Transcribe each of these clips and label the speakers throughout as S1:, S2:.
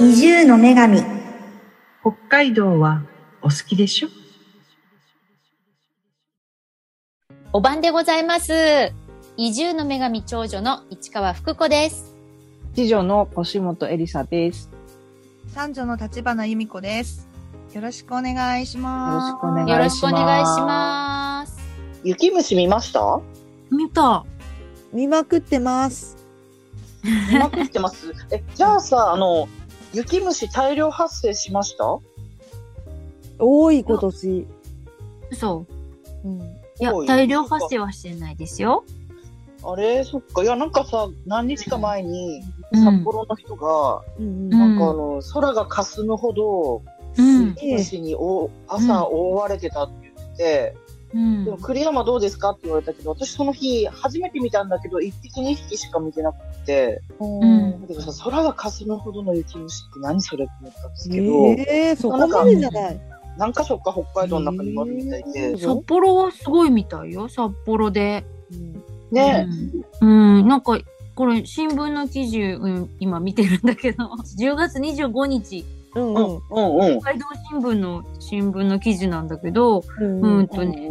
S1: の女神
S2: 北海道はお好きでしょ
S3: お晩でございます。移住の女神長女の市川福子です。
S4: 次女の腰本エリサです。
S5: 三女の立花由美子です。よろしくお願いします。
S4: よろしくお願いします
S3: よろしくお願いします。
S6: 雪虫見ました
S7: 見た。
S8: 見まくってます。
S6: 見まくってます。え、じゃあさ、あの、雪虫大量発生しました
S8: 多い今年。
S7: 嘘。
S8: うん。
S7: いや
S6: そう、よ
S7: 大量発生はしてないですよ。
S6: あれそっか。いや、なんかさ、何日か前に、
S7: うん
S6: 札幌の人が、
S8: うん
S7: うん
S6: なんかあの、空が霞むほど、
S7: うん。
S6: 雪虫にお朝覆われてたって言って、
S7: うん
S6: でも、栗山どうですかって言われたけど、私その日、初めて見たんだけど、1匹2匹しか見てなくて、
S7: うん。
S6: だけどさ、空が霞むほどの雪虫って何それって思ったんですけど、
S8: ええそこまでじゃない。
S6: 何箇所か北海道の中にもあるみたいで、
S8: うん
S7: 札幌はすごいみたいよ、札幌で。
S6: ね、
S7: うん。うん、なんか、これ、新聞の記事、うん、今見てるんだけど、10月25日、
S8: うん
S6: う
S8: うん
S6: うんうん。
S7: 北海道新聞の新聞の記事なんだけど、
S8: ん
S7: う
S8: うんん。
S7: とね、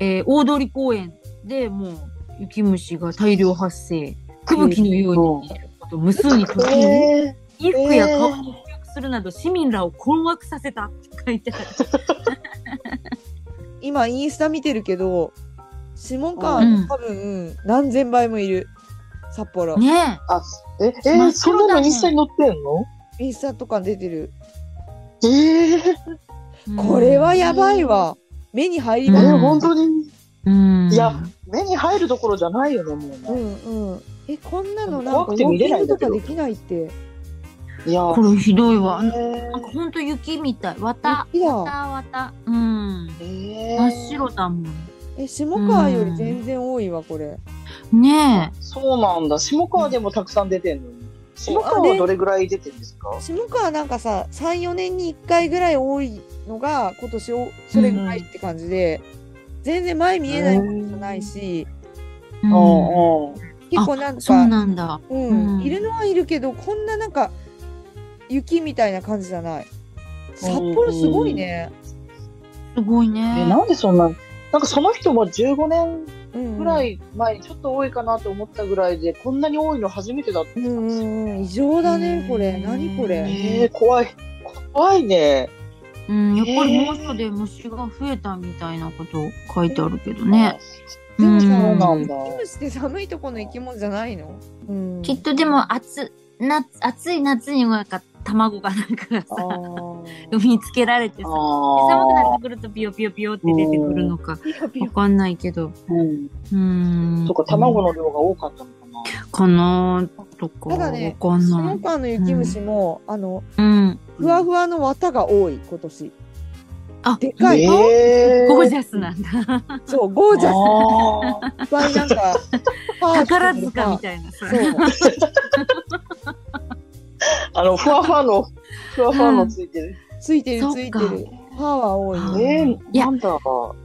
S7: えー大通公園でもう雪虫が大量発生吹雪のようにと無数に飛び
S6: え
S7: 衣服や顔に付着するなど市民らを困惑させたって書いてある。
S8: 今インスタ見てるけど、指紋か、
S7: うん
S8: 多分何千倍もいる。札幌。
S7: ね
S6: あ、え、え
S7: 真っ白だね
S6: そんなのインスタに載ってんの
S8: インスタとか出てる。
S6: ええ
S7: え。
S8: これはやばいわ。目に入り
S6: え
S8: ます。
S7: うん
S6: 本当に
S7: うん、
S6: いや目に入るどころじゃないよね、も
S8: う
S6: うね。
S8: んうん。え、こんなのなん
S6: 怖
S8: かウォ
S6: く
S8: ー
S6: て見れ
S8: キ
S6: な
S8: ン
S6: い
S8: グ
S6: んだ
S8: と
S6: け
S8: か
S6: ど
S8: できないって。
S6: いや、
S7: これひどいわ。なんか
S6: え
S7: ほんと雪みたい。綿。
S8: いや、
S7: 綿綿。うん。
S6: ええ
S7: 真っ白だも
S8: え、下川より全然多いわ、これ。
S7: ん。ね
S6: そうなんだ。下川でもたくさん出てんのに。下川はどれぐらい出てんですか
S8: 下川なんかさ34年に1回ぐらい多いのが今年おそれぐらいって感じで、全然前見えないものじゃないし、
S7: え。う
S6: うん
S7: ん。
S6: うん。
S8: 結構なん
S7: そう
S8: か
S7: なんだ。
S8: うん
S7: うん
S8: いるのはいるけどこんななんか雪みたいな感じじゃない札幌すごいね、
S7: すごいね。
S6: え、なんでそんな、なんかその人も15年
S8: うんうん、
S6: ぐらい前にちょっと多いかなと思ったぐらいで、こんなに多いの初めてだった
S8: うん
S6: です
S8: んうんうん異常だねこ
S7: う
S8: れ
S7: ん
S8: 何これ
S6: えー、怖い。怖いね。
S7: うん、やっぱり猛暑で虫が増えたみたいなこと書いてあるけどね。
S8: でもさ
S6: そうなんだ。
S8: キムシって寒いとこの生き物じゃないの、うん、
S7: きっとでも暑、夏、暑い夏になんか卵がなんかがさ、産みつけられてさ、寒くなっ
S6: あ
S7: てくるとピヨピヨピヨって出てくるのか
S8: ピヨピ
S7: わ
S8: ヨ
S7: かんないけど。
S6: ー。うん。
S7: うーん。
S6: そっか、卵の量が多かったのかな。
S7: かなとか、わ
S8: ただね
S7: かんな
S8: 下
S7: い。
S8: 川の雪虫も、あの
S7: うん。
S8: ふわふわの綿が多い今年
S7: あ、
S8: でかい
S6: えー、
S7: ゴージャスなんだ。
S8: そうゴージャス
S6: あ
S8: いっぱいなんか
S7: 宝塚みたいなさ。
S8: そう
S6: ーあの、ふわふわの、ふわふわのついてる。
S8: ついてる
S7: そっ
S8: ついて
S7: か
S8: る歯は多いね
S6: えー、
S7: いや
S6: なんだろ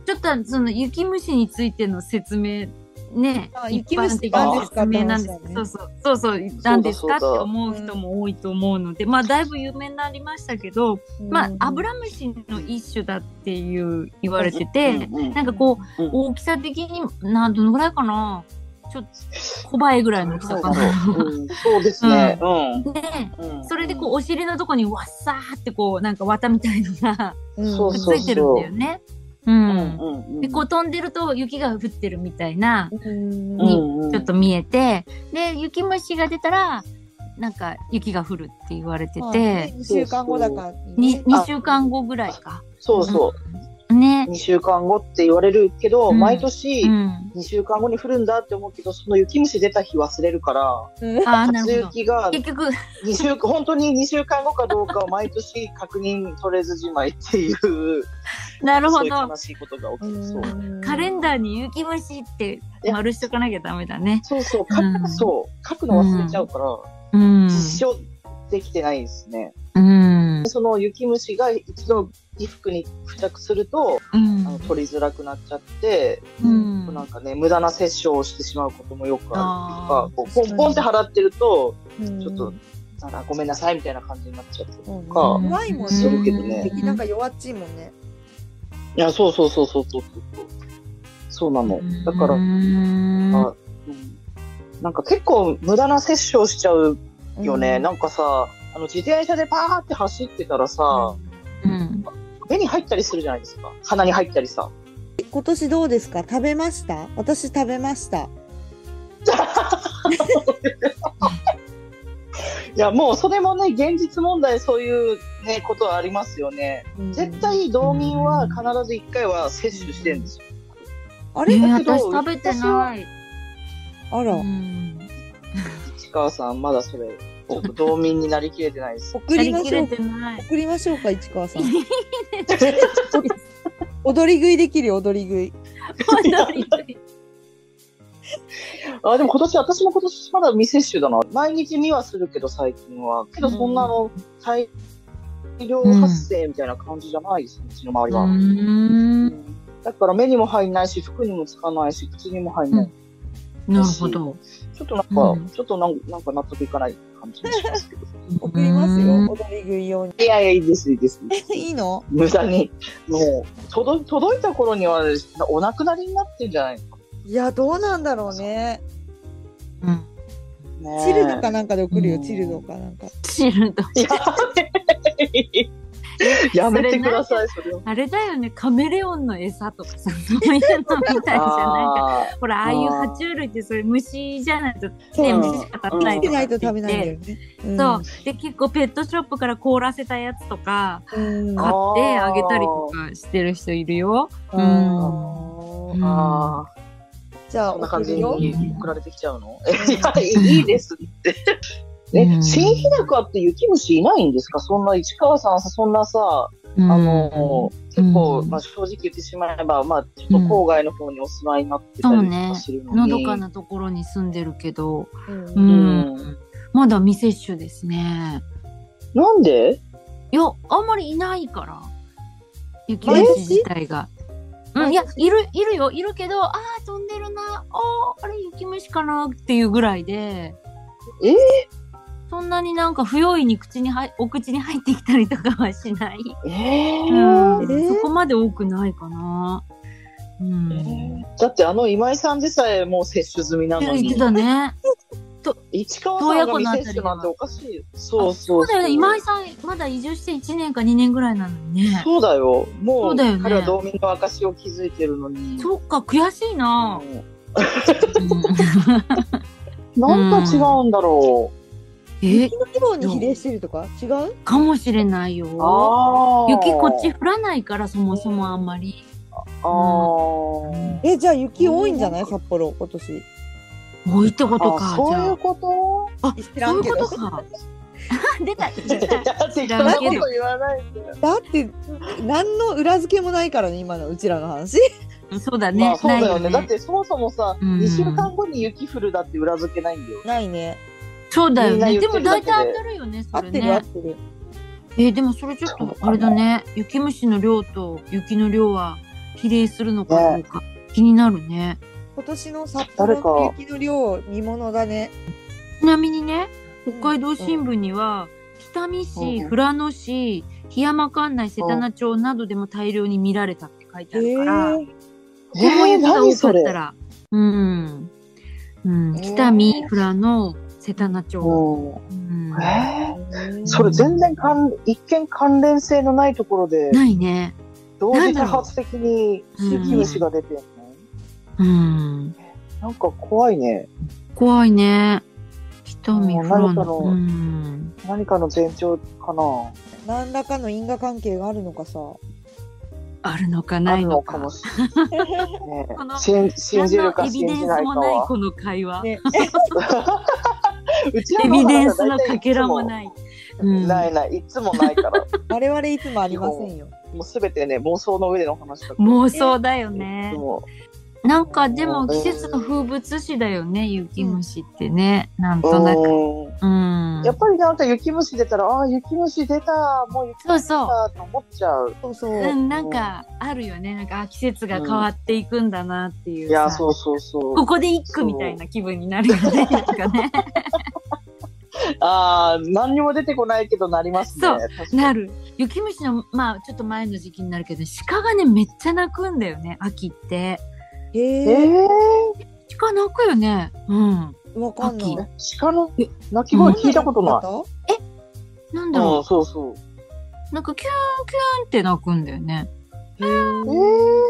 S7: ちょっとその雪虫についての説明ね
S8: あ、
S7: 一般的な説明なんです
S8: 雪虫って何ですかって話だね
S7: そうそうそうそうなんですかって
S6: そうだ
S7: 思う人も多いと思うので、まあだいぶ有名になりましたけど、まあアブラムシの一種だっていう言われて
S6: う。
S7: て、
S6: うんうん
S7: なんかこう
S6: うん
S7: 大きさ的になどのぐらいかな、ちょっと小バエぐらいの大きさ
S6: そう
S7: か
S6: だ
S7: な。
S6: ろううんそうですね。うん
S7: で、
S6: うん。
S7: それでこうお尻のとこにわっさーってこうなんか綿みたいのが
S6: そ
S7: く
S6: う
S7: っつ
S6: そう
S7: いてるんだよね。う
S6: うん、
S7: ん。
S6: うんうん。
S7: でこう飛んでると雪が降ってるみたいな
S8: うん
S6: う
S7: に
S6: んうん、
S7: ちょっと見えて、で雪虫が出たらなんか雪が降るって言われて
S8: まあ
S7: て
S8: ね、二週間後だから
S7: に
S8: ね
S7: 二2週間後ぐらいか
S6: そうそ
S7: ね
S6: う。、2週間後って言われるけど、
S7: うん
S6: 毎年
S7: う、ん、
S6: 2週間後に降るんだって思うけど、その雪虫出た日忘れるから、
S7: あーな
S6: 初
S7: るほど
S6: 雪が
S7: 結局
S6: 2 週間、本当に2週間後かどうかを毎年確認取れずじまいっていう、
S7: なるほ
S6: そういう
S7: ど
S6: 悲しいことが起き
S8: う
S6: る。そうん
S7: カレンダーに雪虫って
S6: いや
S7: 丸しとかなきゃダメだね
S6: そうそう、書
S7: うん
S6: く、そう、書くの忘れちゃうから、
S7: うん、
S6: 実証できてないですね。
S7: うん
S6: でその雪虫が一度衣服に付着すると、
S7: う
S6: あの
S7: ん
S6: 取りづらくなっちゃって、
S7: うん
S6: なんかね、無駄な殺傷をしてしまうこともよくあるっていう
S7: あ
S6: か、こうポンポンって払ってると、
S8: うん
S6: ちょっとたらごめんなさいみたいな感じになっちゃったりと
S7: う
S6: か
S7: ん
S8: 怖いもん
S6: す
S8: ね。
S6: るけどね。
S8: 敵なんか弱っちいもんね。
S6: いや、そうそうそうそうそうそう。そうなの。だから、
S7: ら
S6: あうんなんか結構無駄な殺生しちゃうよね。なんかさ、あの自転車でパーって走ってたらさ、
S7: うん。
S6: 目に入ったりするじゃないですか。鼻に入ったりさ。
S8: 今年どうですか食べました私食べました。
S6: いや、もうそれもね、現実問題そういうね、ことはありますよね。絶対道民は必ず一回は接種してるんですよ。
S8: あ
S7: え
S8: れ
S7: ー
S6: だけど
S7: 私食べてない。
S8: あら
S7: う、ん
S6: 市川さん、まだそれ、ちょっと道民になりきれてないです。
S8: 送りま
S7: や
S8: しょ
S7: り
S8: う
S7: きれ。てない。
S8: 送りましょうか、市川 さん。 踊り食いできるよ、踊り食い。
S6: あ、でも今年、私も今年まだ未接種だな。毎日見はするけど、最近は。けど、そんなあの、大量発生みたいな感じじゃないですね、うちの周りは。
S7: うん
S6: だから目にも入んないし、服にもつかないし、口にも入んない。
S7: なるほど。
S6: ちょっとなんか、
S7: うん
S6: ちょっとなんなんか納得いかない感じがしますけど。
S8: 送ります
S7: うん
S8: よ、踊り食い用に。
S6: いやいや、いいです、いいです。
S8: いいの
S6: 無駄に。もう、届い届いた頃には、お亡くなりになってんじゃないのか
S8: いや、どうなんだろうね。
S7: うん
S6: ね。
S8: チルドかなんかで送る
S7: う
S8: よ、
S7: ん
S8: チルドかなんか。
S7: 知ると。
S6: やめ やめてください、それは。
S7: あれだよね、カメレオンの餌とかさ、そういうのみたいじゃないか。
S6: あ
S7: ほら、ああいう
S6: あー
S7: 爬虫類ってそれ虫じゃないと、
S8: そう
S7: ね、虫しか食べない
S8: 食
S7: と
S8: べ
S7: か
S8: な
S7: っ
S8: いと
S7: て
S8: 食
S7: 言っ
S8: べ
S7: て
S8: ないんだよね。うん
S7: そう。で、結構ペットショップから凍らせたやつとか、
S8: うん。
S7: 買ってあげたりとかしてる人いるよ。
S8: うん
S6: ーあ
S8: じゃあ、
S6: ー、そんな感
S8: 送
S6: じ
S8: るよ。
S6: に送られてきちゃうのいやいいですって。
S7: う
S6: え、
S7: ん
S6: 新日高って雪虫いないんですかそんな市川さんさ、そんなさ、
S7: うん
S6: あの、結構、
S7: うん
S6: まあ正直言ってしまえば、まあちょっと郊外の方にお住まいになってた
S7: そう
S6: りと
S7: ね
S6: かするのに。
S7: のどかなところに住んでるけど、
S8: うん
S7: うん
S6: うん
S7: まだ未接種ですね。
S6: なんで
S7: いや、あんまりいないから。雪
S8: 毎
S7: 虫
S8: 年
S7: 自体が。うん、いや、いる、いるよ、いるけど、ああ、飛んでるな、ああ、あれ雪虫かなっていうぐらいで。
S6: えー
S7: そんなになんか不用意に口に入、お口に入ってきたりとかはしない。
S6: え
S7: うん
S6: ー
S8: ー
S7: そこまで多くないかな。うん。
S6: だってあの今井さんでさえもう接種済みな
S7: 言
S6: の
S7: って
S6: に、
S7: たね。
S6: 市川さんが
S7: 洞爺湖のあたり
S6: 未接種なんておかしいよ。そ
S7: あ
S6: うそう
S7: そうだよね。今井さん、まだ移住して1年か2年ぐらいなのにね。
S6: そうだよ。も
S7: そう
S6: う
S7: だよね
S6: 彼は道民の証を築いてるのに。
S7: そっか、悔しいな。
S6: う
S7: うん
S6: んなんか違うんだろ。
S7: え、
S8: 雪の規模に比例してるとか違う
S7: かもしれないうよ。
S6: ああ。
S7: 雪こっち。降らないから、そもそもあんまり。
S6: あー
S8: え、じゃあ雪多いんじゃない札幌、今年。
S7: 多いってこと
S6: あ。
S7: か。
S6: そう
S7: じ
S6: い
S7: ゃ
S6: うこと
S7: あ、あ
S8: 知ら
S7: そうんい
S8: け
S7: うこ
S8: ど
S7: と か。あ出た、
S6: だ
S7: 出
S6: って
S7: た。
S6: そん
S7: 知らん
S6: な
S7: けど
S6: こと言わないで。
S8: だって、何の裏付けもないからね、今のうちらの話。
S7: そうだ
S6: ま
S7: ね
S6: あ。そうだよ
S7: な
S6: ね。
S7: い
S6: だってそもそもさ、
S7: うん
S6: 2週間後に雪降るだって裏付けないんだよ。
S8: ないね。
S7: そうだよ
S6: みんな
S7: ね。
S6: 言っ
S7: で
S6: て
S7: も
S6: るだ
S7: 大
S6: けで
S7: 体当たるよね、
S8: 合
S7: そ
S8: っ
S7: れ
S8: てる合っ
S7: ね。
S8: てる。
S7: えー、でもそれちょっと、あれだね。雪虫の量と雪の量は比例するのかどうか気になるね。
S8: 今年の札
S6: 誰
S8: 幌
S6: か
S8: の雪の量、見物だね。
S7: ちなみにね、北海道新聞には、北見市、
S6: うん
S7: 富良野市、檜山管内、世田名町などでも大量に見られたって書いてあるか
S8: え
S7: ら、ここも雪が
S6: 何
S7: 多か
S6: そ
S7: っ
S6: れ
S7: たら、うん、うん、
S6: えー
S7: 北見、富良野、世田名町、
S6: うん
S7: うん、
S6: え
S8: ー
S6: ーそれ全然関一見関連性のないところで、
S7: ないね。
S6: 同時多発的に雪虫が出てるの
S7: うん、
S6: なんか怖いね。
S7: 怖いね。北見、
S6: うん
S7: 富良
S6: 何だ
S7: 野、
S6: ろう
S7: うん、
S6: 何かの前兆かな。
S8: 何らかの因果関係があるのかさ。
S7: あるのか
S6: あ
S7: な
S6: る
S7: い
S6: の
S7: の
S6: か
S7: か。
S6: もしれ
S7: この
S6: ない。信信じる
S7: 何のエ
S6: か
S7: ビ
S6: 信
S7: デン
S6: じ
S7: ス
S6: ないか
S7: もない
S6: は。
S7: この会話。
S8: ね、
S6: うちら
S7: エ
S6: の
S7: ビ
S6: 方
S7: デ
S6: が
S7: ンスのかけらも
S6: い
S7: ない。
S6: つ
S7: う
S6: も。
S7: ん
S6: ないない、いつもな いから。
S8: 我々いつもありませんよ。
S6: もうすべてね、妄想の上での話だから。
S7: 妄想だよ
S6: い
S7: ね
S6: つ。も
S7: なんかでも季節の風物詩だよね、雪虫ってね。なんとなく。
S6: う
S7: うん
S6: ん。やっぱりなんか雪虫出たら、ああ、雪虫出た、もう雪虫出
S7: そうそ
S6: たと思っちゃう。
S8: そうそうう。
S7: ん、なんかあるよね。なんかあ季節が変わっていくんだなっていう
S6: い
S7: さ。
S6: や、そうそうそ う
S7: こ。こで一句みたいな気分になるよね。なんかね。
S6: ああ、何にも出てこないけどなりますね。
S7: そう
S6: 確かに
S7: なる。雪虫の、まあ、ちょっと前の時期になるけど、鹿がね、めっちゃ鳴くんだよね、秋って。
S6: え
S8: へえ、
S6: え
S7: 鹿鳴くよね。うん。
S8: わかんない。
S7: 秋
S6: 鹿の鳴き声聞いたことない。
S8: い。
S7: なんだ
S6: うん、
S7: ろ
S6: そうそう。
S7: う。なんか、キューン、キューンって鳴くんだよね。
S6: えー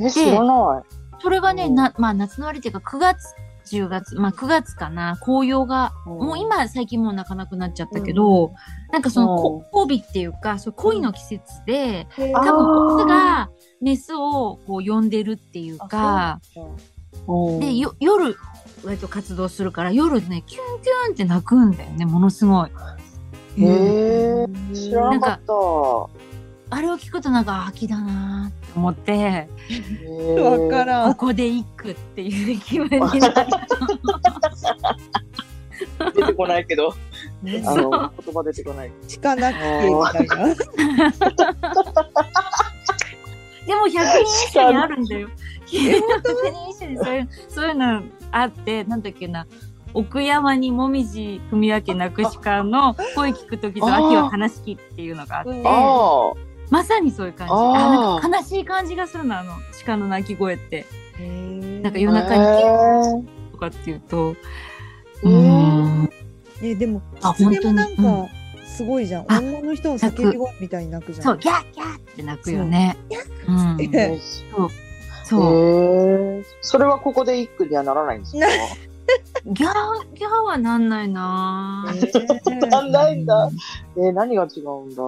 S6: え、知らない。
S7: それがね、
S6: うん
S7: な、まあ、夏の終わりっていうか、9月、10月、まあ、9月かな、紅葉が、もう今、最近もう泣かなくなっちゃったけど、なんかその、こ交尾っていうか、そう恋の季節で、
S8: へえ
S7: 多
S6: あ
S7: 分、オスが、メスをこう呼んでるっていうか、で、よ、夜、割と活動するから、夜ね、キュンキュンって泣くんだよね、ものすごい。
S6: へえー、知らなかった。
S7: あれを聞くとなんか、あ秋だなーって思って、
S8: わか
S6: ん。
S8: ら
S7: こ
S8: ん。
S7: こで一句っていう気分になる。
S6: 出てこないけど、
S8: ね
S6: あの、言葉出てこない。
S8: 鹿なきてみたいな。
S7: でも、百人一首にあるんだよ。百人一首にそういう、そういうのあって、なんだっけな。奥山にもみじ踏み分けなくしかの声聞くときと
S6: あ
S7: 秋は悲しきっていうのがあって
S8: うん
S6: ああ、
S7: まさにそういう感じ。
S6: あ
S7: あな
S6: ー
S7: んか悲しい感じがするの、あの、鹿の鳴き声って。
S8: へえ
S7: なんか夜中にキュッとかっていうと。
S6: えー
S7: うん
S8: えでも
S7: あ
S8: 狐もなん
S7: 本当に
S8: かすごいじゃん、
S7: あ
S8: 女の人の叫び声みたいに泣くじゃん
S7: そう、ギャーギャーって鳴くよね。うん
S8: ギャー
S6: え
S8: え
S7: そう。
S6: えそれはここで一句にはならないんですか
S7: ギャー、ギャーはなんないな
S8: へ
S7: ぁ
S8: ー
S6: なんないんだ。えー、何が違うんだ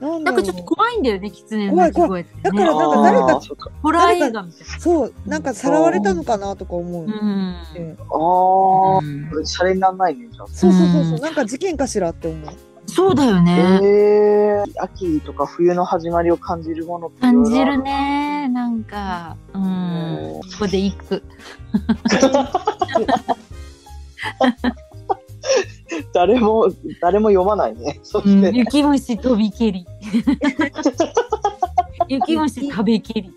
S8: なんだ
S7: な
S8: ろ
S7: んか
S8: う
S7: ちょっと怖いんだよね、狐の鳴き声って、ね。
S8: 怖い怖いだからなんか誰
S6: あ
S8: か
S6: あ、そっか。
S7: ホラー映画みたい
S8: そうなんかさらわれたのかなとか思う、
S7: な。
S8: うん
S6: ああ、こ
S7: うん
S6: れシャレにならないね、じゃあ。
S8: そうそうそうそううんなんか事件かしらって思う
S7: そうだよね。
S6: えー、秋とか冬の始まりを感じるものって色
S7: 感
S6: 々
S7: じ
S6: あ
S7: るね。なんか、うん。ここで一句。
S6: 誰も誰も読まないね そし
S7: うん
S6: て、
S7: 雪虫飛び蹴 り。雪虫食べ蹴り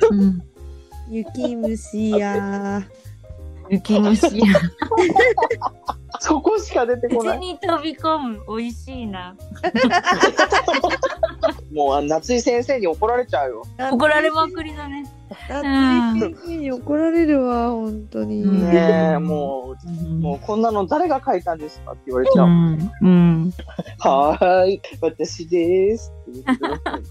S7: とか。うん、
S8: 雪虫や
S7: 雪虫や。
S6: そこしか出てこな
S7: 口
S6: い
S7: に飛び込む。美味しいな。
S6: もうあ夏井先生に怒られちゃうよ
S8: ー
S7: 怒られまくりだね。
S8: だって先生に怒られるわ本当に、
S7: うん
S6: ねえも
S7: う。
S6: うんもうこんなの誰が書いたんですかって言われちゃう、
S7: うん。
S6: はーい私ですって言ってくだ さい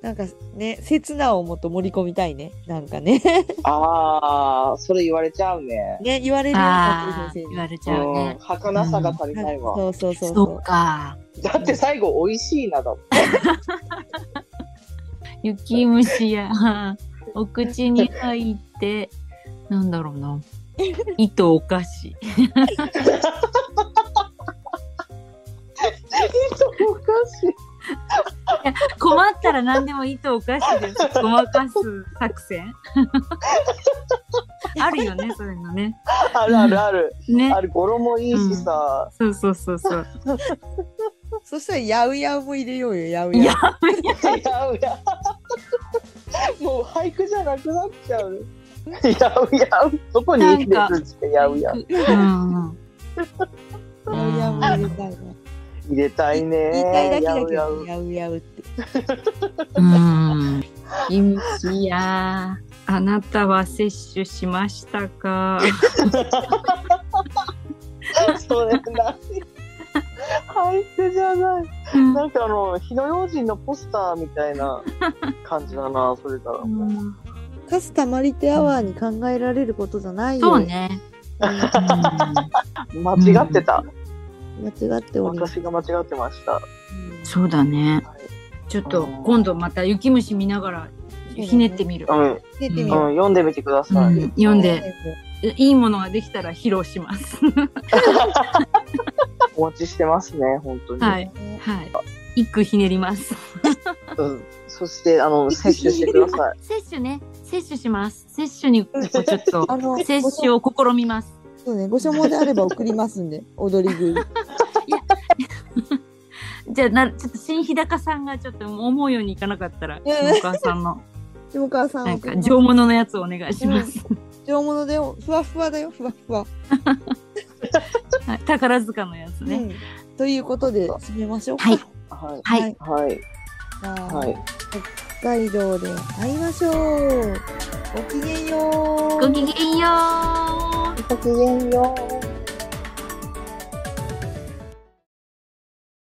S8: なんかね刹那をもっと盛り込みたいねなんか ね
S6: ああそれ言われちゃうね
S8: ね言われるよ
S7: ああ、
S8: 先生に
S7: 言われち
S6: う
S7: ゃうんね。
S6: 儚さが足りないわ、
S8: そうそうそう
S7: そう
S8: そ
S7: か。
S6: だって最後美味しいなだもん
S7: 雪虫や。お口に入って、なんだろうな。糸お菓子。
S6: おかしい
S7: 困ったら何でも糸お菓子でごまかす作戦あるよねそういうのね
S6: あるあるある
S7: ね
S6: ある語呂もいいしさ、
S7: そうそうそうそう
S8: うそしたらやうやうも入れようよやうやう
S6: 違うやもう俳句じゃなくなっちゃうやうやうどこに生きてるんですかやうやう
S7: うん
S8: やうやうも入れたいな
S6: 入れたいね
S8: 言いたいだけだけ
S6: やうや
S8: ど
S6: う
S8: やうやうって
S7: うんキムチやあなたは摂取しましたか
S6: それ何俳句じゃないなんかあの火の用心のポスターみたいな感じだなそれから
S7: うん
S8: カスタマリテアワーに考えられることじゃないよ。
S7: そうねうん
S6: 間違ってた、
S8: 間違っております。
S6: 私が間違ってました
S7: そうだねちょっと今度また雪虫見ながらひねってみる、
S6: うん、うん、
S8: 出てみよう。
S6: 読んでみてくだ
S7: う
S6: さい、
S7: ん読んでいいものができたら披露します。
S6: お待ちしてますね本当に、
S7: はい。はい。一句ひねります。
S6: うん、そしてあの摂取してください
S7: 摂取ね。摂取します。摂取に、こうちょっ と、
S8: あの、
S7: 摂
S8: ご
S7: 取
S8: 所
S7: を試みます。
S8: そうね、ご所望であれば送りますんで、踊り 食い。
S7: じゃあ、な、ちょっと新日高さんがちょっと思うようにいかなかったら、
S8: え
S7: 下川さん の、
S8: でもお母さん
S7: なん
S8: 送
S7: か、
S8: ります
S7: 上物のやつをお願いします。
S8: 上物だよ。ふわふわだよ、ふわふわ。
S7: はい宝塚のやつね。
S8: うんということで、締めましょうか。
S3: はい
S6: はい。
S8: は
S3: はいい。
S6: はい。
S8: じゃあ
S6: はい。
S8: 北海道で会いましょう。ごきげんよう。
S7: ごきげんよう。
S6: ごきげんよう。